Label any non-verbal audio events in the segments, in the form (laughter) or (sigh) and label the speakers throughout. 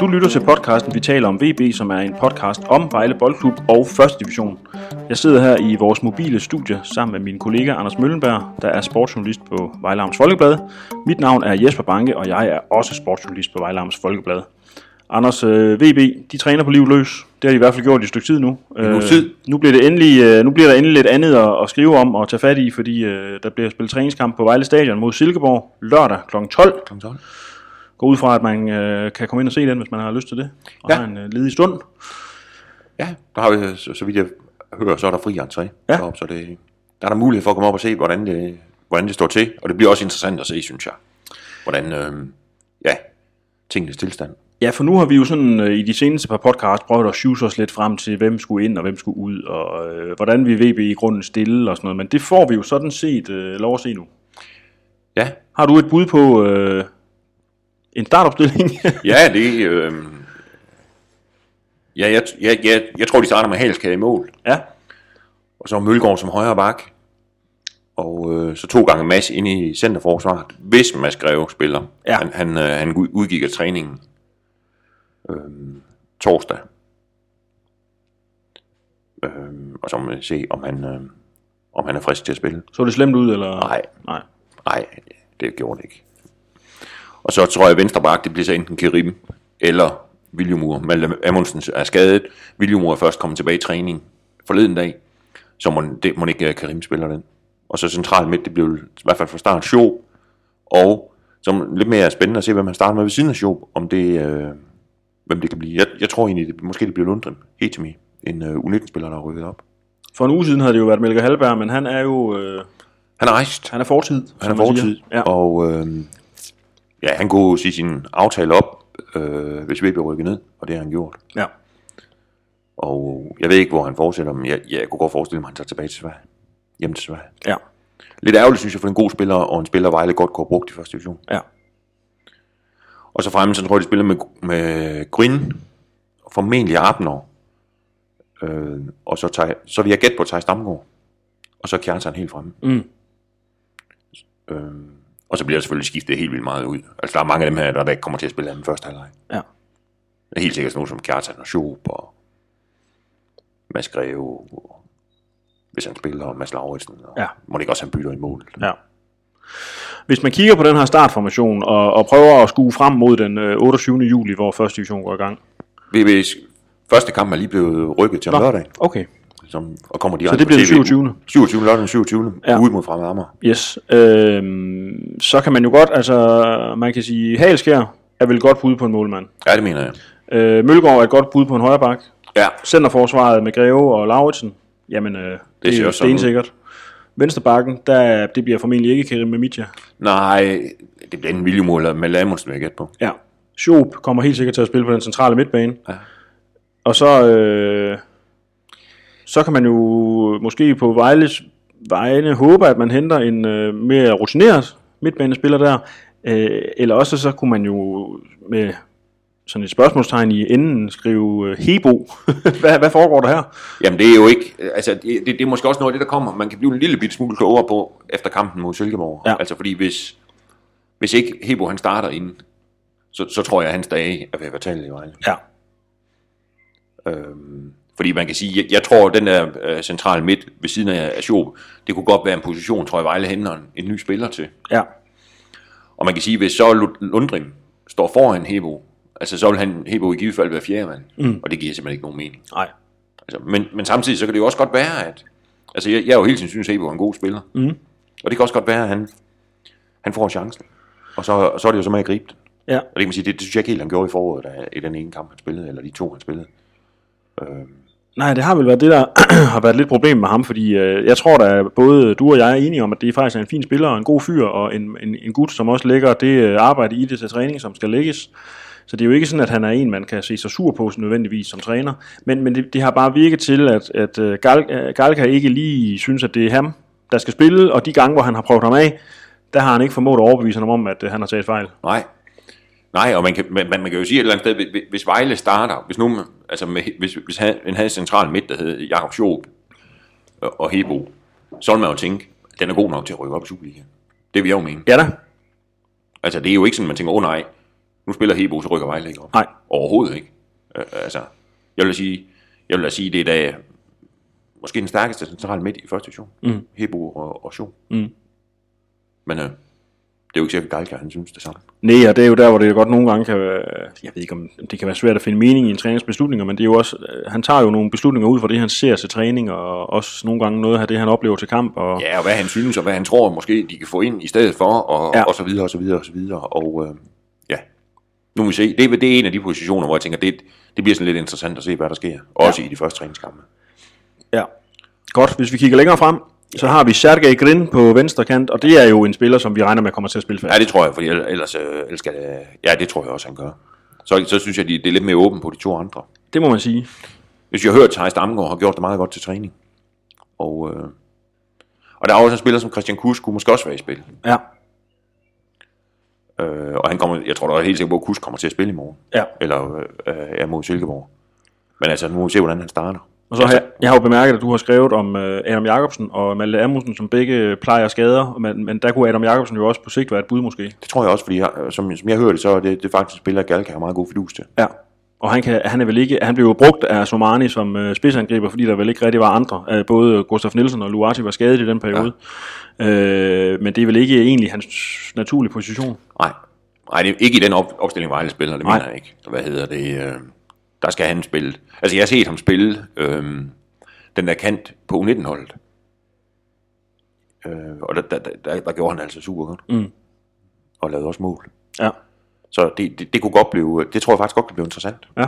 Speaker 1: Du lytter til podcasten, vi taler om VB, som er en podcast om Vejle Boldklub og 1. Division. Jeg sidder her i vores mobile studie sammen med min kollega Anders Møllenberg, der er sportsjournalist på Vejle Amts Folkeblad. Mit navn er Jesper Banke, og jeg er også sportsjournalist på Vejle Amts Folkeblad. Anders, øh, VB, de træner på liv løs. Det har de i hvert fald gjort i et stykke tid nu. Øh,
Speaker 2: uges tid.
Speaker 1: nu, bliver det endelig, øh, nu bliver der endelig lidt andet at, at skrive om og tage fat i, fordi øh, der bliver spillet træningskamp på Vejle Stadion mod Silkeborg lørdag kl. 12
Speaker 2: Klokken 12.
Speaker 1: går ud fra, at man øh, kan komme ind og se den, hvis man har lyst til det. Og ja.
Speaker 2: Ja.
Speaker 1: har en øh, ledig stund.
Speaker 2: Ja, der har vi, så, så vidt jeg hører, så er der fri entré.
Speaker 1: Ja.
Speaker 2: Deroppe, så det, der er der mulighed for at komme op og se, hvordan det, hvordan det står til. Og det bliver også interessant at se, synes jeg. Hvordan, øh, ja, tingenes tilstand.
Speaker 1: Ja, for nu har vi jo sådan øh, i de seneste par podcasts prøvet at shoes os lidt frem til, hvem skulle ind og hvem skulle ud, og øh, hvordan vi VB i grunden stille og sådan noget. Men det får vi jo sådan set øh, lov at se nu.
Speaker 2: Ja,
Speaker 1: Har du et bud på øh, en
Speaker 2: (laughs)
Speaker 1: startopstilling?
Speaker 2: ja det... Øh, ja, jeg, jeg, jeg, jeg tror, de starter med Halskær i mål.
Speaker 1: ja,
Speaker 2: Og så Mølgaard som højre bak. Og øh, så to gange Mads ind i centerforsvaret, hvis Mads Greve spiller.
Speaker 1: Ja.
Speaker 2: Han, han, øh, han ud- udgik af træningen øh, torsdag. Øh, og så må vi se, om han, øh, om han er frisk til at spille.
Speaker 1: så det slemt ud, eller?
Speaker 2: Nej.
Speaker 1: Nej.
Speaker 2: Nej, det gjorde det ikke. Og så tror jeg, at venstre bak, det bliver så enten Kerim eller Viljumur. Malte Amundsen er skadet. Viljumur er først kommet tilbage i træning forleden dag. Så må, det, må ikke øh, Kerim spiller den. Og så centralt midt, det bliver vel i hvert fald fra start Sjob. Og som lidt mere spændende at se, hvem man starter med ved siden af Sjob, om det, øh, hvem det kan blive. Jeg, jeg tror egentlig, det, måske det bliver Lundgren, Hetemi, en øh, U19-spiller, der er rykket op.
Speaker 1: For en uge siden havde det jo været Melker Halberg, men han er jo øh,
Speaker 2: Han er rejst.
Speaker 1: han er fortid.
Speaker 2: Han er
Speaker 1: som man siger.
Speaker 2: fortid,
Speaker 1: Ja.
Speaker 2: ja. og øh, ja, han kunne sige sin aftale op, øh, hvis VB rykkede ned, og det har han gjort.
Speaker 1: ja.
Speaker 2: Og jeg ved ikke, hvor han fortsætter, men jeg, jeg kunne godt forestille mig, at han tager tilbage til Sverige. Hjem til Sverige.
Speaker 1: Ja.
Speaker 2: Lidt ærgerligt, synes jeg, for en god spiller, og en spiller, Vejle godt kunne have brugt i første division.
Speaker 1: Ja.
Speaker 2: Og så fremme, så tror jeg, de spiller med, med Gryn, og formentlig Abner. Øh, og så, tager, så vil jeg gætte på Thijs Stamgaard. Og så er han helt fremme.
Speaker 1: Mm.
Speaker 2: Øh, og så bliver der selvfølgelig skiftet helt vildt meget ud. Altså, der er mange af dem her, der, der ikke kommer til at spille den første halvleg.
Speaker 1: Ja.
Speaker 2: Der er helt sikkert sådan nogen som Kjartan og Schoop og Mads Greve, og, hvis han spiller, og Mads Lauritsen. Og
Speaker 1: Ja.
Speaker 2: Må det ikke også, han bytter i mål?
Speaker 1: Ja. Hvis man kigger på den her startformation og, og prøver at skue frem mod den øh, 28. juli, hvor første division går i gang.
Speaker 2: VB's første kamp er lige blevet rykket til om lørdag,
Speaker 1: Okay.
Speaker 2: som, og kommer direkte
Speaker 1: Så det bliver den
Speaker 2: på TV.
Speaker 1: 27..
Speaker 2: 27. lørdag den 27.
Speaker 1: Ja.
Speaker 2: Ja. Ude mod Fremad Amager.
Speaker 1: Yes. Øhm, så kan man jo godt, altså man kan sige, Halskjær er vel et godt bud på en målmand.
Speaker 2: Ja, det mener jeg.
Speaker 1: Øh, Mølgaard er et godt bud på en højreback.
Speaker 2: Ja,
Speaker 1: Centerforsvaret med Greve og Lauritsen, jamen øh, det, det,
Speaker 2: ser
Speaker 1: er
Speaker 2: også sådan ud.
Speaker 1: stensikkert. Venstrebakken, der, det bliver formentlig ikke Kerim Mamitia.
Speaker 2: nej, det bliver en Viljum eller Malte Amundsen, vil jeg gætte på.
Speaker 1: Ja. Schob kommer helt sikkert til at spille på den centrale midtbane.
Speaker 2: Ja.
Speaker 1: Og så, øh, så kan man jo måske på Vejles vegne håbe, at man henter en øh, mere rutineret midtbanespiller der. Øh, eller også så kunne man jo med sådan et spørgsmålstegn i enden skrive øh, Hebo. (laughs) hvad, hvad foregår der her?
Speaker 2: Jamen det er jo ikke, altså det, det, det er måske også noget af det, der kommer. Man kan blive en lille bitte smule klogere på efter kampen mod Silkeborg.
Speaker 1: Ja.
Speaker 2: Altså fordi hvis, hvis ikke Hebo han starter inden, så, så tror jeg, at hans dage er ved at være talt i Vejle.
Speaker 1: Ja.
Speaker 2: Øhm, fordi man kan sige, jeg, jeg tror, at den der øh, central midt ved siden af Asjob, det kunne godt være en position, tror jeg, Vejle henter en, en ny spiller til.
Speaker 1: Ja.
Speaker 2: Og man kan sige, hvis så Lund- Lundgren står foran Hebo, altså så vil han, Hebo i givet fald være fjerde mand. Mm. Og det giver simpelthen ikke nogen mening.
Speaker 1: Nej.
Speaker 2: Altså, men, men samtidig så kan det jo også godt være, at... Altså, jeg, jeg er jo helt tiden synes, at Hebo er en god spiller. Mm. Og det kan også godt være, at han, han får chancen. Og så, og så er det jo så med at gribe den.
Speaker 1: Ja.
Speaker 2: Og det kan man sige, det, det synes jeg ikke helt, han gjorde i foråret, da, i den ene kamp, han spillede, eller de to, han spillede. Øhm,
Speaker 1: Nej, det har vel været det, der (clears throat) har været lidt problem med ham, fordi øh, jeg tror da både du og jeg er enige om, at det faktisk er en fin spiller og en god fyr, og en, en, en gut, som også lægger det øh, arbejde i det til træning, som skal lægges. Så det er jo ikke sådan, at han er en, man kan se sig sur på nødvendigvis som træner. Men, men det, det har bare virket til, at, at øh, Gal, øh, Galka ikke lige synes, at det er ham, der skal spille, og de gange, hvor han har prøvet ham af, der har han ikke formået at overbevise ham om, at øh, han har taget fejl.
Speaker 2: nej. Nej, og man kan, man, man man kan jo sige et eller andet sted, hvis- hvis- hvis Vejle starter, hvis nogen, altså med, hvis, hvis han, han havde en central midt, der hed Jakob Schob og, og Hebo, så vil man jo tænke, den er god nok til at rykke op i Superligaen. Det vil jeg jo mene.
Speaker 1: Ja da.
Speaker 2: Altså, det er jo ikke sådan, man tænker, åh oh, nej, Nu spiller Hebo, så rykker Vejle ikke op.
Speaker 1: Nej.
Speaker 2: Overhovedet ikke. Øh, altså, jeg vil da sige, jeg vil da sige, det er da måske den stærkeste central midt i første division.
Speaker 1: Mm.
Speaker 2: Hebo og, og Sjo.
Speaker 1: Mm.
Speaker 2: Men øh, det er jo ikke sikkert, at Galka, han synes det samme.
Speaker 1: Nej, og det er jo der, hvor det godt nogle gange kan være, jeg ved ikke om det kan være svært at finde mening i en trænings beslutninger, men det er jo også, øh, han tager jo nogle beslutninger ud fra det, han ser til træning, og også nogle gange noget af det, han oplever til kamp, og
Speaker 2: Ja, og hvad han synes, og hvad han tror måske, de kan få ind i stedet for, og,
Speaker 1: Ja.
Speaker 2: ja. og så videre, og så videre, og så videre. Og øh, ja, nu må vi se. Det, er- det er en af de positioner, hvor jeg tænker, det, det bliver sådan lidt interessant at se, hvad der sker. Også i de første træningskampe.
Speaker 1: Ja. Godt, hvis vi kigger længere frem, så har vi Sergej Grin på venstre kant, og det er jo en spiller, som vi regner med kommer til at spille fast.
Speaker 2: Ja, det tror jeg, for ellers, øh, ellers skal det, Ja, det tror jeg også, han gør. Så, så synes jeg, de, det er lidt mere åbent på de to andre.
Speaker 1: Det må man sige.
Speaker 2: Hvis jeg har hørt, Thijs Damgaard har gjort det meget godt til træning. Og, øh, og der er også en spiller som Christian Kusk, kunne måske også være i spil.
Speaker 1: Ja,
Speaker 2: Øh, og han kommer, jeg tror da helt sikkert på, at Kusk kommer til at spille i morgen.
Speaker 1: ja.
Speaker 2: eller øh, øh, er mod Silkeborg. Men altså, nu må vi se, hvordan han starter.
Speaker 1: Og så har jeg, jeg har jo bemærket, at du har skrevet om øh, Adam Jacobsen og Malte Amundsen, som begge plejer skader, men, men der kunne Adam Jacobsen jo også på sigt være et bud måske.
Speaker 2: Det tror jeg også, fordi jeg, øh, som, som jeg hørte, så er det, det er faktisk en spiller, Galka har meget god fidus til.
Speaker 1: Ja. Og han, kan, han, er vel ikke, han blev jo brugt af Somani som øh, spidsangriber, fordi der vel ikke rigtig var andre. Øh, både Gustaf Nielsen og Luati var skadet i den periode. Ja. Øh, men det er vel ikke egentlig hans naturlige position.
Speaker 2: Nej, Nej det er ikke i den op, opstilling, Vejle spiller, det
Speaker 1: Nej.
Speaker 2: mener jeg ikke. Hvad hedder det? Øh, der skal han spille. Altså, jeg har set ham spille øh, den der kant på U19-holdet. Øh, og der, der, der, der, der gjorde han altså super godt.
Speaker 1: Mm.
Speaker 2: Og lavede også mål.
Speaker 1: Ja.
Speaker 2: Så det, det, det kunne godt blive, øh, det tror jeg faktisk godt kunne blive interessant.
Speaker 1: ja.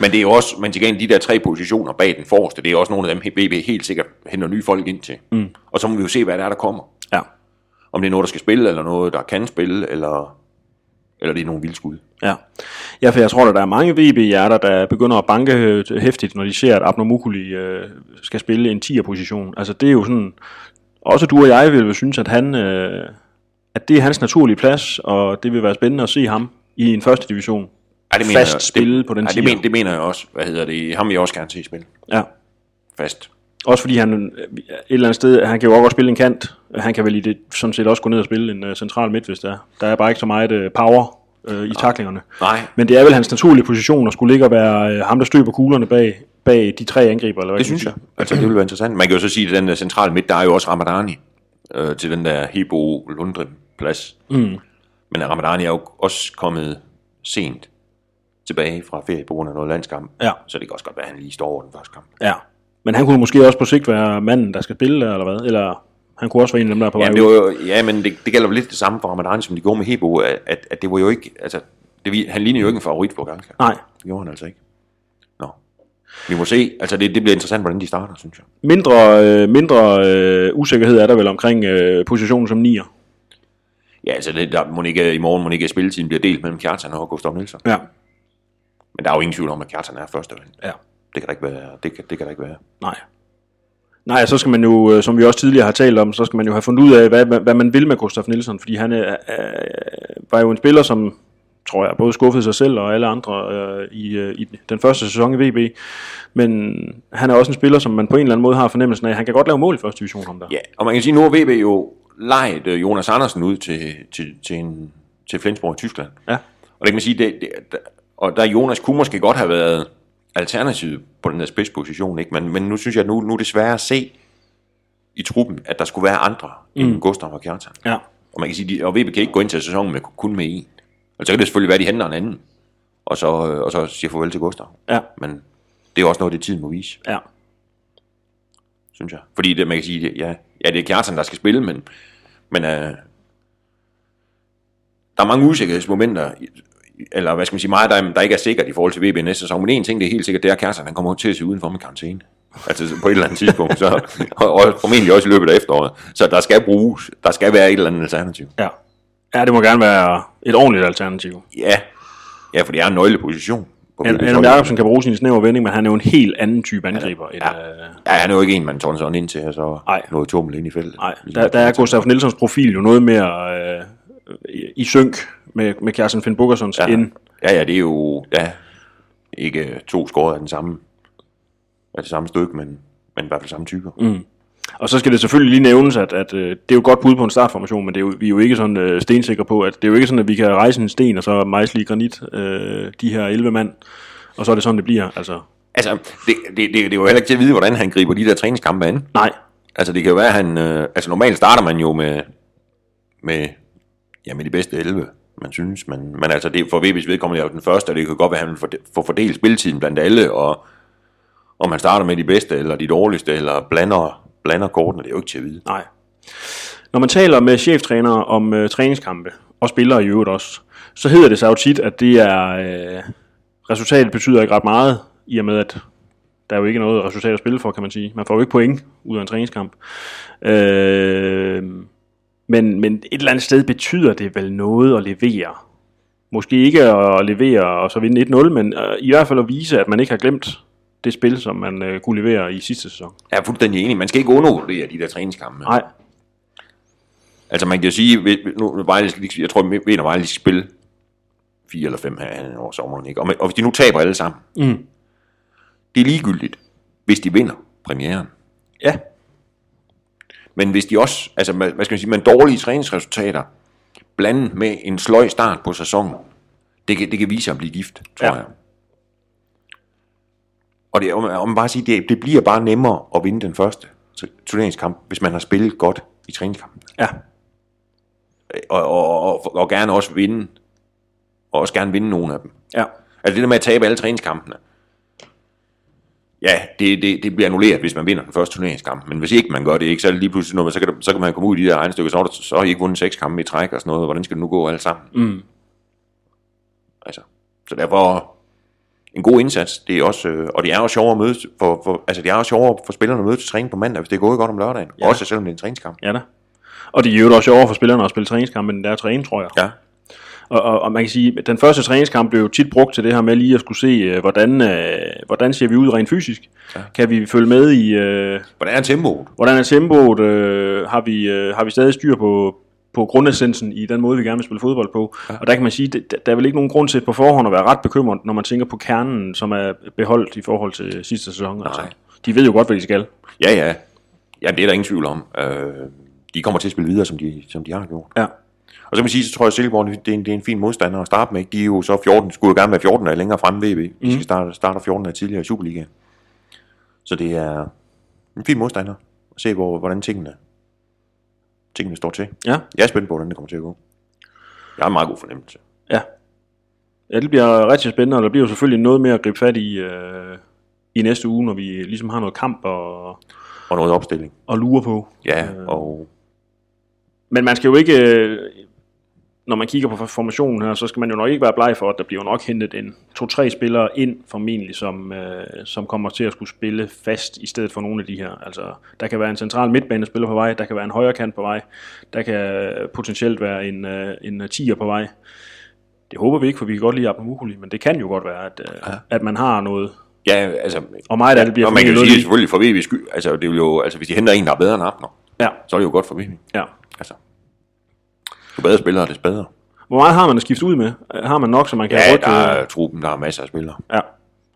Speaker 2: Men det er jo også, men til gengæld de der tre positioner bag den forreste, det er også nogle af dem, BB helt sikkert henter nye folk ind til. Mm. Og så må vi jo se, hvad der er, der kommer.
Speaker 1: Ja.
Speaker 2: Om det er noget, der skal spille, eller noget, der kan spille, eller, eller det er nogle vildskud.
Speaker 1: Ja. ja, for jeg tror, at der er mange VB-hjerter, der begynder at banke øh, hæftigt, når de ser, at Abner Mukuli øh, skal spille en 10'er-position. Altså det er jo sådan, også du og jeg vil jo synes, at, han, øh, at det er hans naturlige plads, og det vil være spændende at se ham i en første division.
Speaker 2: Ja,
Speaker 1: Fast spille på den
Speaker 2: ja, det,
Speaker 1: tier.
Speaker 2: mener, det mener jeg også. Hvad hedder det? Ham vil jeg også gerne se spille.
Speaker 1: Ja.
Speaker 2: Fast.
Speaker 1: Også fordi han øh, et eller andet sted, han kan jo også godt spille en kant. Han kan vel i det sådan set også gå ned og spille en uh, central midt, hvis der er. Der er bare ikke så meget uh, power uh, i taklingerne.
Speaker 2: Nej,
Speaker 1: Men det er vel hans naturlige position at skulle ligge og være øh, ham, der støber kuglerne bag, bag de tre angriber. Eller hvad
Speaker 2: det
Speaker 1: kan man
Speaker 2: synes
Speaker 1: sige?
Speaker 2: jeg. Altså, det ville være interessant. Man kan jo så sige, at den der centrale midt, der er jo også Ramadani øh, til den der Hebo Lundrim plads.
Speaker 1: Mm.
Speaker 2: Men Ramadani er jo også kommet sent tilbage fra ferie på grund af noget landskamp.
Speaker 1: Ja,
Speaker 2: Så det kan også godt være, at han lige står over den første kamp.
Speaker 1: ja. Men han kunne måske også på sigt være manden, der skal spille der, eller hvad? Eller han kunne også være en af dem, der er på vej
Speaker 2: Ja,
Speaker 1: ud.
Speaker 2: det var jo, ja men det, det gælder jo lidt det samme for Ramadani, som de gjorde med Hebo, at, at- at det var jo ikke, altså, det, vi- han lignede jo ikke en favorit på Galka.
Speaker 1: Nej.
Speaker 2: Det gjorde han altså ikke. Nå. Vi må se, altså det, det bliver interessant, hvordan de starter, synes jeg.
Speaker 1: Mindre, øh, mindre øh, usikkerhed er der vel omkring øh, positionen som nier.
Speaker 2: Ja, altså det, der må ikke, i morgen må ikke spilletiden bliver delt mellem Kjartan og Gustav Nielsen.
Speaker 1: Ja.
Speaker 2: Men der er jo ingen tvivl om, at Kjartan er første valg.
Speaker 1: ja.
Speaker 2: Det kan der ikke være. Det kan, det kan der ikke være.
Speaker 1: Nej. Nej, så skal man jo, øh, som vi også tidligere har talt om, så skal man jo have fundet ud af, hvad, hvad, hvad man vil med Gustaf Nielsen, fordi han øh, øh, var jo en spiller, som tror jeg, både skuffede sig selv og alle andre øh, i, øh, i den første sæson i VB, men han er også en spiller, som man på en eller anden måde har fornemmelsen af, han kan godt lave mål i første division om der.
Speaker 2: Ja, og man kan sige, nu har VB jo lejet øh, Jonas Andersen ud til, til, til, en, til Flensborg i Tyskland.
Speaker 1: Ja.
Speaker 2: Og det kan man sige, det, det, der- og der Jonas kunne måske godt have været alternativet på den der spidsposition, ikke? Men, men nu synes jeg, at nu, nu er det sværere at se i truppen, at der skulle være andre mm. end Gustav og Kjartan.
Speaker 1: ja.
Speaker 2: Og man kan sige, de, og VB kan ikke gå ind til sæsonen med, kun med en. Og så kan det selvfølgelig være, at de henter en anden, og så, øh, og så siger farvel til Gustav.
Speaker 1: Ja,
Speaker 2: Men det er jo også noget, det tiden må vise
Speaker 1: ja.
Speaker 2: synes jeg. Fordi det, man kan sige, ja, ja det er Kjartan, der skal spille, men, men øh, der er mange usikkerhedsmomenter, i- eller hvad skal man sige, meget der, der ikke er sikkert i forhold til VB næste sæson, men en ting, det er helt sikkert, det er, at Kjartan, han kommer til at se udenfor med karantæne. Altså på et eller andet tidspunkt, så, og, og formentlig også i løbet af efteråret. Så der skal bruges, der skal være et eller andet alternativ.
Speaker 1: Ja. Ja, det må gerne være et ordentligt alternativ.
Speaker 2: Ja, ja for det er en nøgleposition. På VB's
Speaker 1: Adam
Speaker 2: hold.
Speaker 1: Jacobsen kan bruge sin snæver vending, men han er jo en helt anden type angriber. Ja. End, øh,
Speaker 2: Ja, han er jo ikke en, man tårner sådan ind til, og så
Speaker 1: Nej.
Speaker 2: noget tummel ind i feltet.
Speaker 1: Nej,
Speaker 2: Ligesom
Speaker 1: der, der er Gustaf Nielsens profil jo noget mere øh, i- i synk med, med Kjærsen Finn Bukkersons ja. end...
Speaker 2: Ja, ja, det er jo ja, ikke øh, to score af den samme af det samme stykke, men, men i hvert fald samme typer. Mm.
Speaker 1: Og så skal det selvfølgelig lige nævnes, at, at øh, det er jo et godt bud på en startformation, men det er jo, vi er jo ikke sådan øh, stensikre på, at det er jo ikke sådan, at vi kan rejse en sten og så mejsle i granit øh, de her 11 mand, og så er det sådan, det bliver. Altså,
Speaker 2: Altså, det, det, det, det er jo heller ikke til at vide, hvordan han griber de der træningskampe an.
Speaker 1: nej,
Speaker 2: Altså, det kan jo være, at han... Øh, altså, normalt starter man jo med... Med... Ja, med de bedste 11, man synes. Man, men altså, det, for VB's vedkommende er jo den første, og det kan godt være, at han vil forde- få fordelt spilletiden blandt alle, og om han starter med de bedste, eller de dårligste, eller blander, blander kortene, det er jo ikke til at vide.
Speaker 1: nej. Når man taler med cheftrænere om øh, træningskampe, og spillere i øvrigt også, så hedder det sig jo tit, at det er, øh, resultatet betyder ikke ret meget, i og med at der er jo ikke noget resultat at spille for, kan man sige. Man får jo ikke point ud af en træningskamp. Øh, men, men et eller andet sted betyder det vel noget at levere. Måske ikke at levere og så vinde 1-0, men øh, i hvert fald at vise, at man ikke har glemt det spil, som man øh, kunne levere i sidste sæson.
Speaker 2: Jeg er fuldstændig enig. Man skal ikke undervurdere de der træningskampe.
Speaker 1: Nej,
Speaker 2: Altså, man kan jo sige, hvis- hvis- nu, Vejle skal, lige- jeg tror, at Vejle skal spille fire eller fem her hen over sommeren. Ikke? Og, med- og hvis de nu taber alle sammen,
Speaker 1: Mm.
Speaker 2: det er ligegyldigt, hvis de vinder premieren.
Speaker 1: ja,
Speaker 2: Men hvis de også, altså hvad hvad skal man sige, med dårlige træningsresultater, blandet med en sløj start på sæsonen, det kan, det kan vise sig at blive gift, tror
Speaker 1: Ja.
Speaker 2: ja. jeg. Og det, er- om, om man bare sige, det, det bliver bare nemmere at vinde den første tu- turneringskamp, hvis man har spillet godt i træningskampen.
Speaker 1: ja,
Speaker 2: Og, og, og, og gerne også vinde, og også gerne vinde nogle af dem.
Speaker 1: ja.
Speaker 2: Altså det der med at tabe alle træningskampene, ja, det, det, det bliver annulleret, hvis man vinder den første turneringskamp. Men hvis ikke man gør det, ikke, så er det lige pludselig, når man, så, kan, der- så kan man komme ud i de der regnestykker, så, er der- så har I ikke vundet seks kampe i træk og sådan noget, og hvordan skal det nu gå alle sammen?
Speaker 1: Mm.
Speaker 2: Altså, så derfor en god indsats, det er også, øh, og det er også sjovere at mødes, for, for, altså det er også sjovere for spillerne at mødes til træning på mandag, hvis det er gået godt om lørdagen,
Speaker 1: Ja.
Speaker 2: ja. også selvom det er en træningskamp.
Speaker 1: Ja da. Og det er jo også over for spillerne at spille træningskampe, end det er at træne, tror jeg.
Speaker 2: Ja,
Speaker 1: Og, og, og man kan sige, at den første træningskamp blev jo tit brugt til det her med lige at skulle se, øh, hvordan, øh, hvordan ser vi ud rent fysisk. Ja. Kan vi følge med i, øh,
Speaker 2: hvordan er tempoet?
Speaker 1: hvordan er tempoet, øh, har, vi, øh, har vi stadig styr på, på grundessensen i den måde, vi gerne vil spille fodbold på. Ja. Og der kan man sige, at der er vel ikke nogen grund til på forhånd at være ret bekymret, når man tænker på kernen, som er beholdt i forhold til sidste sæson. Altså,
Speaker 2: Nej.
Speaker 1: de ved jo godt, hvad de skal.
Speaker 2: Ja, ja. Ja, det er der ingen tvivl om. Øh, de kommer til at spille videre, som de, som de har gjort.
Speaker 1: Ja,
Speaker 2: Og så kan man sige, så tror jeg, at Silkeborg det er, en, det er en fin modstander at starte med. Ikke? De er jo så 14, skulle jo gerne være 14 af længere fremme VB.
Speaker 1: Mhm.
Speaker 2: De skal starte, starter 14 af tidligere i Superligaen. Så det er en fin modstander at se, hvor, hvordan tingene, tingene står til.
Speaker 1: ja,
Speaker 2: Jeg er spændt på, hvordan det kommer til at gå. Jeg har en meget god fornemmelse.
Speaker 1: ja. Ja, det bliver rigtig spændende, og der bliver jo selvfølgelig noget mere at gribe fat i øh, i næste uge, når vi ligesom har noget kamp og,
Speaker 2: Og noget opstilling.
Speaker 1: og lure på.
Speaker 2: Ja,
Speaker 1: Øh.
Speaker 2: og
Speaker 1: Men man skal jo ikke, øh, når man kigger på formationen her, så skal man jo nok ikke være bleg for, at der bliver nok hentet en to-tre spillere ind formentlig, som, øh, som kommer til at skulle spille fast i stedet for nogle af de her. Altså, der kan være en central midtbanespiller på vej, der kan være en højre kant på vej, der kan øh, potentielt være en, øh, en tiger på vej. Det håber vi ikke, for vi kan godt lide Abnamukuli, men det kan jo godt være, at, øh, at man har noget.
Speaker 2: ja, altså...
Speaker 1: Og meget af det bliver
Speaker 2: og man kan jo
Speaker 1: formentlig
Speaker 2: sige,
Speaker 1: noget
Speaker 2: selvfølgelig for VB skyld, altså, det er jo, altså, hvis de henter en, der er bedre end Abner,
Speaker 1: Ja,
Speaker 2: så er det jo godt for VB.
Speaker 1: ja.
Speaker 2: Altså, jo bedre spillere, des bedre.
Speaker 1: Hvor meget har man at skifte ud med? Har man nok, så man kan
Speaker 2: Ja,
Speaker 1: rykke?
Speaker 2: der er truppen, der er masser af spillere.
Speaker 1: Ja.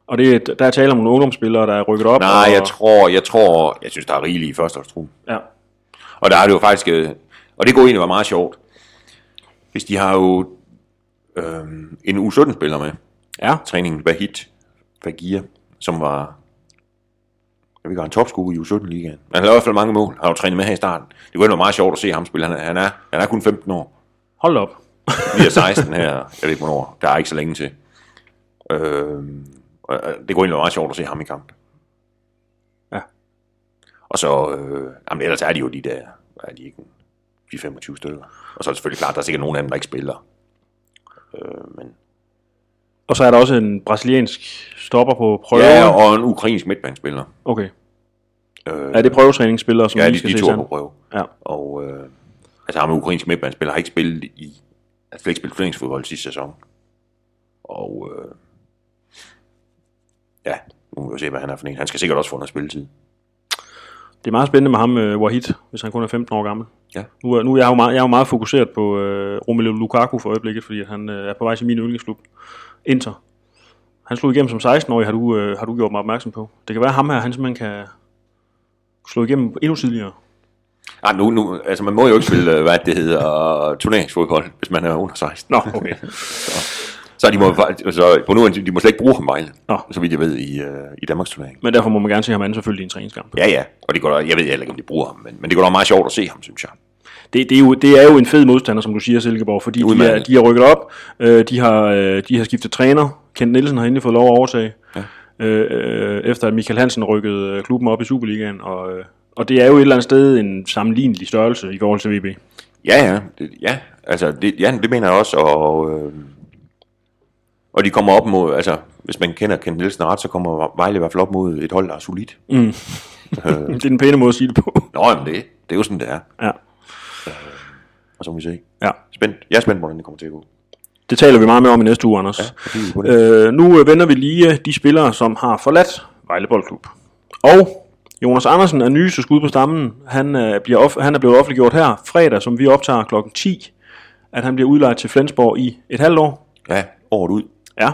Speaker 1: Og det, er- der er tale om nogle ungdomsspillere, der er rykket op.
Speaker 2: Nej,
Speaker 1: og,
Speaker 2: jeg tror, jeg tror, jeg synes, der er rigeligt i førsteårstruppen.
Speaker 1: Ja,
Speaker 2: Og der er det jo faktisk, øh, og det kunne egentlig være meget sjovt, hvis de har jo øh, en U17-spiller med,
Speaker 1: ja,
Speaker 2: træningen Vahid Fagir, som var jeg ved ikke, han topskue i U17-ligaen. Men han lavede i hvert fald mange mål. Han har jo trænet med her i starten. Det kunne egentlig være meget sjovt at se ham spille. Han er, han er, han er kun 15 år.
Speaker 1: hold da op.
Speaker 2: Vi er 16 her, jeg ved ikke hvornår. Der er ikke så længe til. Øh, og øh, det kunne egentlig være meget sjovt at se ham i kamp.
Speaker 1: Ja.
Speaker 2: Og så, øh, jamen ellers er de jo de der, hvad er de ikke, en 4-25 stykker. Og så er det selvfølgelig klart, der er sikkert nogen af dem, der ikke spiller. Øh, men,
Speaker 1: Og så er der også en brasiliansk stopper på prøve.
Speaker 2: ja, og en ukrainsk midtbanespiller.
Speaker 1: Okay.
Speaker 2: Øh,
Speaker 1: Er det prøvetræningsspillere, som
Speaker 2: ja,
Speaker 1: vi
Speaker 2: de,
Speaker 1: skal
Speaker 2: de
Speaker 1: se
Speaker 2: to er
Speaker 1: sådan?
Speaker 2: på prøve.
Speaker 1: Ja,
Speaker 2: Og øh, altså ham med ukrainsk midtbanespiller har ikke spillet i, har slet ikke spillet turneringsfodbold sidste sæson. Og øh, ja, nu må vi jo se, hvad han er for en. Han skal sikkert også få noget spilletid.
Speaker 1: det er meget spændende med ham, øh, Wahid, hvis han kun er 15 år gammel.
Speaker 2: Ja.
Speaker 1: Nu, er, nu er jeg, jo meget, jeg er jo meget fokuseret på øh, Romelu Lukaku for øjeblikket, fordi at han øh, er på vej til min yndlingsklub, Inter. Han slog igennem som 16-årig, har du, øh, har du gjort mig opmærksom på. Det kan være, at ham her, han simpelthen kan slå igennem endnu tidligere.
Speaker 2: Ah, nu, nu, altså man må jo ikke spille, øh, hvad det hedder, turneringsfodbold, hvis man er under 16.
Speaker 1: Nå, okay.
Speaker 2: (laughs) Så, de må, faktisk- så på nuværende tidspunkt, de må slet ikke bruge ham Vejle,
Speaker 1: Nå.
Speaker 2: så vidt jeg ved, i, øh, i Danmarks turnering.
Speaker 1: Men derfor må man gerne se ham anden selvfølgelig i en træningskamp.
Speaker 2: Ja, ja, og det går da, jeg ved heller ikke, om de bruger ham, men, men det går da meget sjovt at se ham, synes jeg.
Speaker 1: Det, det, er jo, det er jo en fed modstander, som du siger, Silkeborg, fordi de er,
Speaker 2: Udmærket.
Speaker 1: de er rykket op, øh, de, har, øh, de har skiftet træner. Kent Nielsen har endelig fået lov at overtage, ja. øh, øh, efter at Michael Hansen rykkede øh, klubben op i Superligaen, og, øh, og det er jo et eller andet sted en sammenlignelig størrelse i forhold til VB.
Speaker 2: Ja, ja, det, ja, altså det, ja, det mener jeg også, og, øh, og de kommer op mod, altså hvis man kender Kent Nielsen ret, så kommer Vejle i hvert fald op mod et hold, der er solidt.
Speaker 1: (laughs) Det er den pæne måde at sige det på.
Speaker 2: Nå, jamen det, det er jo sådan, det er,
Speaker 1: Ja,
Speaker 2: og så må vi se.
Speaker 1: ja.
Speaker 2: Spændt. Jeg er spændt, hvordan det kommer til at gå.
Speaker 1: Det taler vi meget mere om i næste uge, Anders. Ja.
Speaker 2: Fordi på det-
Speaker 1: Øh, nu øh, vender vi lige øh, de spillere, som har forladt Vejle Boldklub. Og Jonas Andersen er ny så skud på stammen. Han, øh, bliver off- han er blevet offentliggjort her fredag, som vi optager kl. 10, at han bliver udlejet til Flensborg i et halvt år.
Speaker 2: Ja, året ud.
Speaker 1: Ja.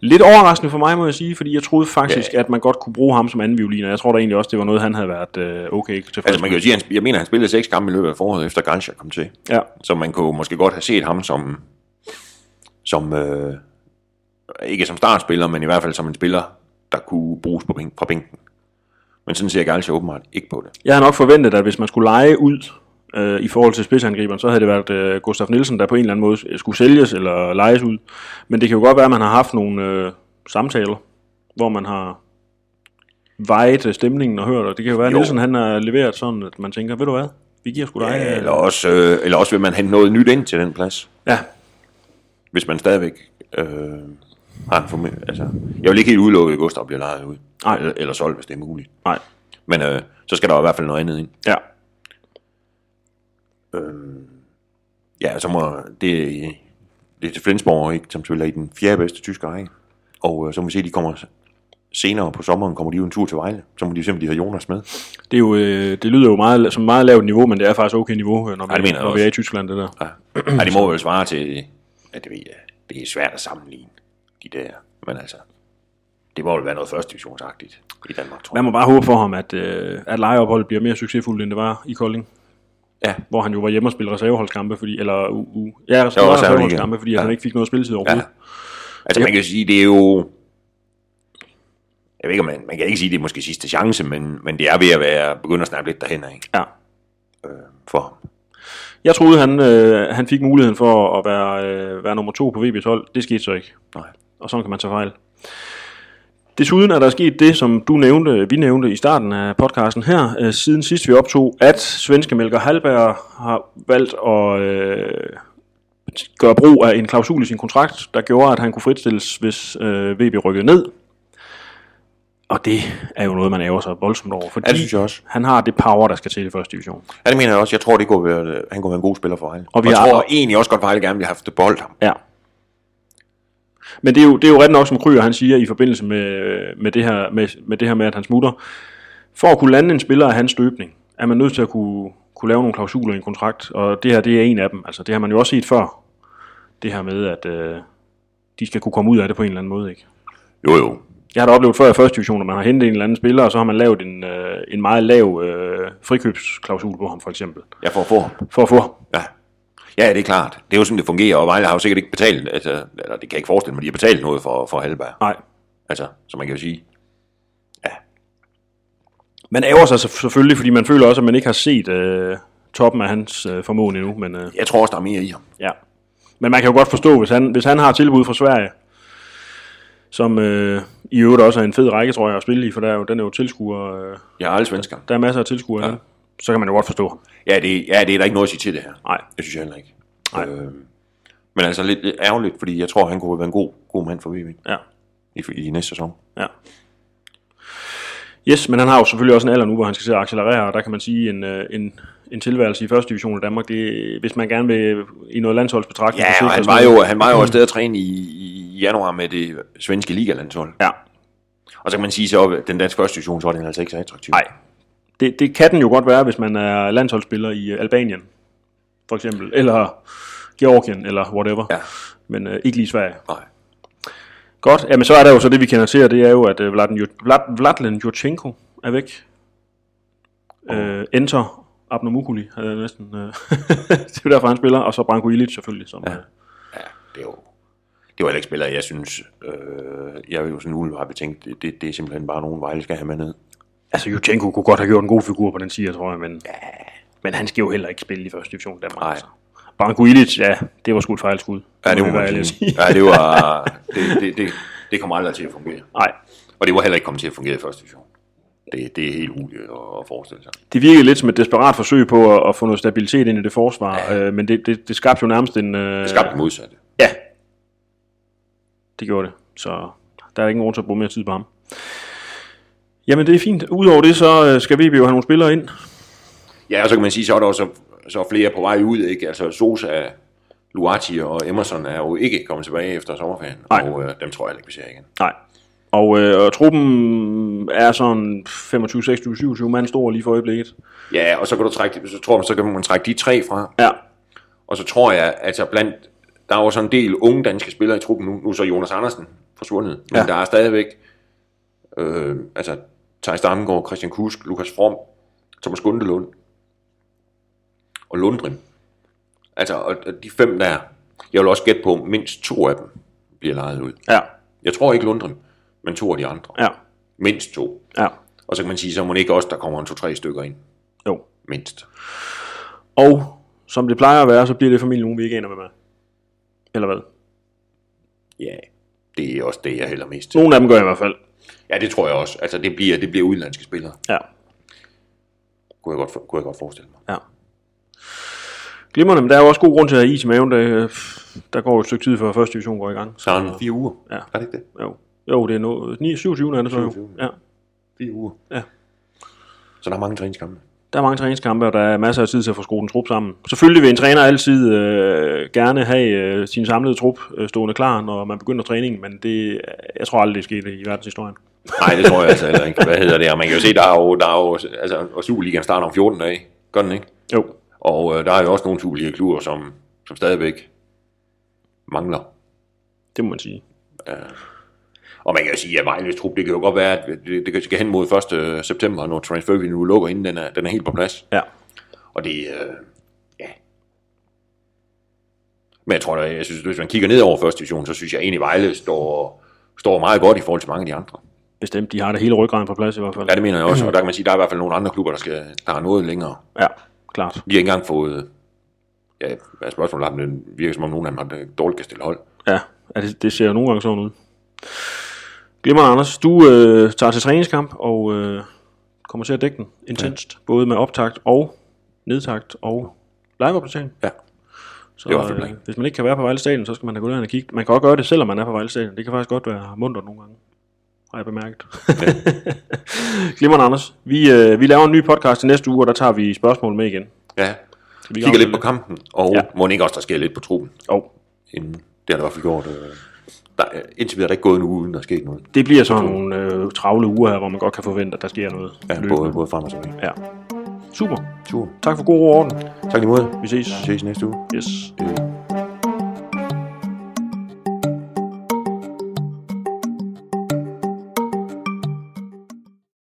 Speaker 1: Lidt overraskende for mig, må jeg sige, fordi jeg troede faktisk, ja. at man godt kunne bruge ham som anden violiner. Jeg tror da egentlig også, det var noget, han havde været øh, okay til
Speaker 2: Altså man kan jo sige, han, jeg mener, han spillede seks kampe i løbet af foråret, efter Gansha kom til.
Speaker 1: Ja,
Speaker 2: Så man kunne måske godt have set ham som, som øh, ikke som startspiller, men i hvert fald som en spiller, der kunne bruges på bænk, fra bænken. Men sådan ser Gansha åbenbart ikke på det.
Speaker 1: Jeg havde nok forventet, at hvis man skulle lege ud øh, i forhold til spidsangriberen, så havde det været øh, Gustaf Nielsen, der på en eller anden måde øh, skulle sælges eller lejes ud. Men det kan jo godt være, at man har haft nogle øh, samtaler, hvor man har vejet øh, stemningen og hørt, og det kan jo være, at
Speaker 2: Jo.
Speaker 1: Nielsen han har leveret sådan, at man tænker, ved du hvad, vi giver sgu dig.
Speaker 2: Ja,
Speaker 1: øh,
Speaker 2: eller, også, øh, eller også vil man hente noget nyt ind til den plads,
Speaker 1: ja.
Speaker 2: hvis man stadigvæk øh, har en formel. Altså, jeg vil ikke helt udelukke, at Gustav bliver lejet ud.
Speaker 1: Nej.
Speaker 2: Eller, eller solgt, hvis det er muligt.
Speaker 1: Nej.
Speaker 2: Men øh, så skal der jo i hvert fald noget andet ind.
Speaker 1: Ja.
Speaker 2: Ja, så må det, det er til Flensborg, ikke, som spiller i den fjerde bedste tyske række. Og øh, så må vi se, de kommer senere på sommeren, kommer de jo en tur til Vejle. Så må de jo simpelthen have Jonas med.
Speaker 1: Det, er jo, øh, det lyder jo meget, som meget lavt niveau, men det er faktisk okay niveau, øh, når,
Speaker 2: Ja, det
Speaker 1: vi,
Speaker 2: mener jeg
Speaker 1: når vi
Speaker 2: også.
Speaker 1: er i Tyskland, det der.
Speaker 2: Ja, (clears throat) ja det må vel svare til, at det, ved jeg, det er svært at sammenligne de der. Men altså, det må vel være noget første divisionsagtigt i Danmark, tror jeg.
Speaker 1: Man må bare håbe for ham, at, øh, at lejeopholdet bliver mere succesfuldt, end det var i Kolding.
Speaker 2: Ja,
Speaker 1: hvor han jo var hjemme og spille reserveholdskampe, fordi, eller u, u, ja,
Speaker 2: reservehold,
Speaker 1: reserveholdskampe,
Speaker 2: ja.
Speaker 1: fordi ja. han
Speaker 2: Ja.
Speaker 1: ikke fik noget spilletid
Speaker 2: ja.
Speaker 1: overhovedet.
Speaker 2: Altså, man kan sige, det er jo... Jeg ved ikke, om man, man kan ikke sige, det er måske sidste chance, men, men det er ved at være begynde at snappe lidt derhen af, ikke?
Speaker 1: Ja. ja.
Speaker 2: for ham.
Speaker 1: Jeg troede, han, øh, han fik muligheden for at være, øh, være nummer to på VB12. Det skete så ikke,
Speaker 2: Nej.
Speaker 1: og sådan kan man tage fejl. Desuden er der sket det, som du nævnte, vi nævnte i starten af podcasten her, øh, siden sidst vi optog, at svenske Melker Halberg har valgt at øh, gøre brug af en klausul i sin kontrakt, der gjorde, at han kunne fritstilles, hvis øh, VB rykkede ned. Og det er jo noget, man æver sig voldsomt over, fordi
Speaker 2: Ja, det synes jeg også.
Speaker 1: han har det power, der skal til i første division.
Speaker 2: Ja, det mener jeg også. Jeg tror, det kunne være, han kunne være en god spiller for Vejle.
Speaker 1: Og
Speaker 2: Og
Speaker 1: vi
Speaker 2: vi jeg
Speaker 1: har-
Speaker 2: tror egentlig også godt, at Vejle gerne ville have haft boldt ham.
Speaker 1: Ja. Men det er jo, det er jo ret nok, som Kryger han siger i forbindelse med, med, det her, med, med det her med, at han smutter. For at kunne lande en spiller af hans støbning, er man nødt til at kunne, kunne lave nogle klausuler i en kontrakt, og det her det er en af dem. Altså, det har man jo også set før, det her med, at øh, de skal kunne komme ud af det på en eller anden måde. Ikke?
Speaker 2: Jo, jo.
Speaker 1: Jeg har da oplevet før i første division, at man har hentet en eller anden spiller, og så har man lavet en, øh, en meget lav øh, frikøbsklausul på ham, for eksempel.
Speaker 2: Jeg får for ham.
Speaker 1: For at få ham.
Speaker 2: Ja. Ja, det er klart. Det er jo sådan, det fungerer, og Vejle har jo sikkert ikke betalt, altså, eller det kan jeg ikke forestille mig, de har betalt noget for, for Halberg.
Speaker 1: Nej,
Speaker 2: Altså, som man kan jo sige.
Speaker 1: Man ærger sig så- selvfølgelig, fordi man føler også, at man ikke har set øh, toppen af hans øh, formåen endnu. Men, øh,
Speaker 2: Jeg tror også, der er mere i ham.
Speaker 1: ja. men man kan jo godt forstå, hvis han, hvis han har tilbud fra Sverige, som øh, i øvrigt også er en fed række, tror jeg, at spille i, for der er jo, den er jo tilskuer, øh,
Speaker 2: Jeg er alle svensker.
Speaker 1: der er masser af tilskuere. Ja. Så kan man jo godt forstå ham.
Speaker 2: Ja, det, ja, det er der ikke noget at sige til det her.
Speaker 1: Nej.
Speaker 2: Det synes jeg heller ikke. Nej. Øhm, men altså lidt lidt ærgerligt, fordi jeg tror, han kunne være en god, god mand for VB
Speaker 1: Ja.
Speaker 2: i, i næste sæson.
Speaker 1: Ja. Yes, men han har jo selvfølgelig også en alder nu, hvor han skal til at accelerere, og der kan man sige, en, øh, en, en tilværelse i første division i Danmark, det, hvis man gerne vil i noget landsholdsbetragtning.
Speaker 2: Ja, og han var jo, han var jo afsted at træne i, i januar med det svenske ligalandshold.
Speaker 1: Ja,
Speaker 2: Og så kan man sige så, at den danske første division, så er den altså ikke så attraktiv.
Speaker 1: Nej. Det, det kan den jo godt være, hvis man er landsholdsspiller i øh, Albanien, for eksempel, eller Georgien, eller whatever.
Speaker 2: Ja.
Speaker 1: Men øh, ikke lige Sverige.
Speaker 2: Nej.
Speaker 1: Godt, jamen så er der jo så det, vi kender til, og det er jo, at øh, Vladen, Vlad, Vladlen Jurchenko er væk. Øh, enter Abner Mukuli, havde jeg næsten. Øh, (laughs) det er derfor, han spiller. Og så Branko Ilic selvfølgelig. Som, øh, ja.
Speaker 2: Ja, det var, det var heller ikke spillere, jeg synes, øh, jeg er jo sådan umiddelbart betænkt, det, det, det er simpelthen bare nogen Vejle skal have med ned.
Speaker 1: Altså, Jutjenko kunne godt have gjort en god figur på den siger, tror jeg, men, ja. men han skal jo heller ikke spille i første division i Danmark.
Speaker 2: Nej.
Speaker 1: Altså. Branko Ilic, ja, det var sgu et fejlskud.
Speaker 2: Ja, det
Speaker 1: må
Speaker 2: må
Speaker 1: jeg
Speaker 2: man
Speaker 1: ærligt
Speaker 2: sige.
Speaker 1: sige.
Speaker 2: Ja, det var, det, det, det, det kommer aldrig til at fungere.
Speaker 1: Nej,
Speaker 2: Og det var heller ikke kommet til at fungere i første division. Det, det er helt umuligt at, at forestille sig.
Speaker 1: det virkede lidt som et desperat forsøg på at, at få noget stabilitet ind i det forsvar, ja. øh, men det, det, det skabte jo nærmest en... Øh,
Speaker 2: Det skabte det modsatte.
Speaker 1: Ja. Det gjorde det. Så der er ingen grund til at bruge mere tid på ham. Jamen, det er fint. Udover det, så øh, skal VB jo have nogle spillere ind.
Speaker 2: Ja, og så kan man sige, så er der også så er flere på vej ud, ikke? Altså Sosa, Luati og Emerson er jo ikke kommet tilbage efter sommerferien,
Speaker 1: Nej.
Speaker 2: og øh, dem tror jeg heller ikke, vi ser igen.
Speaker 1: Nej. Og, øh, og truppen er sådan 25, 26, 27 mand stor lige for øjeblikket.
Speaker 2: Ja, og så kan du trække, så tror man, så kan man trække de tre fra,
Speaker 1: Ja.
Speaker 2: og så tror jeg, altså blandt, der er jo sådan en del unge danske spillere i truppen nu, nu er så Jonas Andersen forsvundet, men
Speaker 1: Ja.
Speaker 2: ja. der er stadigvæk, øh, altså Thijs Damgaard, Christian Kusk, Lukas From, Thomas Gundelund og Lundrim. Altså, og, og de fem der, jeg vil også gætte på, mindst to af dem bliver lejet ud.
Speaker 1: Ja.
Speaker 2: Jeg tror ikke Lundrim, men to af de andre.
Speaker 1: Ja.
Speaker 2: Mindst to.
Speaker 1: Ja.
Speaker 2: Og så kan man sige, så må det ikke også, der kommer en to-tre stykker ind.
Speaker 1: Jo.
Speaker 2: Mindst.
Speaker 1: Og som det plejer at være, så bliver det familien nogen, vi ikke aner, hvem er. Eller hvad?
Speaker 2: Ja. Det er også det, jeg hælder mest til.
Speaker 1: Nogle af dem gør jeg i hvert fald.
Speaker 2: Ja, det tror jeg også. Altså, det bliver, det bliver udenlandske spillere.
Speaker 1: Ja.
Speaker 2: Kunne jeg godt, for- kunne jeg godt forestille mig.
Speaker 1: Ja. Glimrende, men der er jo også god grund til at have is i maven. Der, øh, der går jo et stykke tid, før første division går i gang.
Speaker 2: Så er den fire uger.
Speaker 1: Ja.
Speaker 2: Er det ikke det?
Speaker 1: Jo, jo det er nu, 9, 27. er det så jo.
Speaker 2: 27..
Speaker 1: Ja.
Speaker 2: Fire uger.
Speaker 1: Ja.
Speaker 2: Så der er mange træningskampe.
Speaker 1: Der er mange træningskampe, og der er masser af tid til at få skruet en trup sammen. Selvfølgelig vil en træner altid øh, gerne have øh, sin samlede trup øh, stående klar, når man begynder træningen, men det, jeg tror aldrig, det skete i verdenshistorien.
Speaker 2: Nej, det tror jeg altså heller ikke. Hvad hedder det? Og man kan jo se, der er jo, der er jo altså, og Superligaen starter om 14 dage. Gør den ikke?
Speaker 1: Jo,
Speaker 2: Og øh, der er jo også nogle Superliga-klubber, som, som stadigvæk mangler
Speaker 1: det må man sige.
Speaker 2: Og man kan jo sige, at Vejles trup, det kan jo godt være, at det, det skal hen mod 1. september, når transfervinduet nu lukker, inden den er, den er helt på plads.
Speaker 1: Ja,
Speaker 2: Og det, øh, ja. Men jeg tror da, jeg synes, hvis man kigger ned over første division, så synes jeg egentlig, Vejle står, står meget godt i forhold til mange af de andre.
Speaker 1: bestemt. De har det hele ryggraden på plads i hvert fald.
Speaker 2: Ja, det mener jeg også, og der kan man sige, at der er i hvert fald nogle andre klubber, der, skal, der har noget længere.
Speaker 1: Ja, klart.
Speaker 2: De har ikke engang fået, ja, hvad er spørgsmålet om, det virker som om nogen af dem har dårligt kan stille hold.
Speaker 1: Ja, ja det, det ser jo nogle gange sådan ud. Glimmer Anders, du øh, tager til træningskamp og øh, kommer til at dække den intenst, ja. både med optakt og nedtakt og liveopdatering.
Speaker 2: Ja.
Speaker 1: Så
Speaker 2: Det var fedt,
Speaker 1: øh,
Speaker 2: ikke?
Speaker 1: hvis man ikke kan være på Vejle Stadion, så skal man da gå derhen og kigge. Man kan også gøre det, selvom man er på Vejle Stadion. Det kan faktisk godt være munter nogle gange. Har jeg bemærket. (laughs) Glimrende Anders. Vi, øh, vi laver en ny podcast i næste uge, og der tager vi spørgsmål med igen.
Speaker 2: Ja,
Speaker 1: Vi
Speaker 2: kigger lidt på kampen, og
Speaker 1: Ja.
Speaker 2: ja. må den ikke også, der sker lidt på truppen.
Speaker 1: Oh,
Speaker 2: inden. Det har der i hvert fald gjort. Øh, der, øh, indtil videre er der ikke gået en uge, uden der er sket noget.
Speaker 1: det bliver sådan nogle øh, travle uger her, hvor man godt kan forvente, at der sker noget.
Speaker 2: Ja,
Speaker 1: løbende.
Speaker 2: både, både frem og tilbage.
Speaker 1: Ja. Super.
Speaker 2: Tur.
Speaker 1: Tak for god ro og orden.
Speaker 2: Tak lige måde.
Speaker 1: Vi ses.
Speaker 2: Vi ses næste uge.
Speaker 1: Yes.
Speaker 2: Det er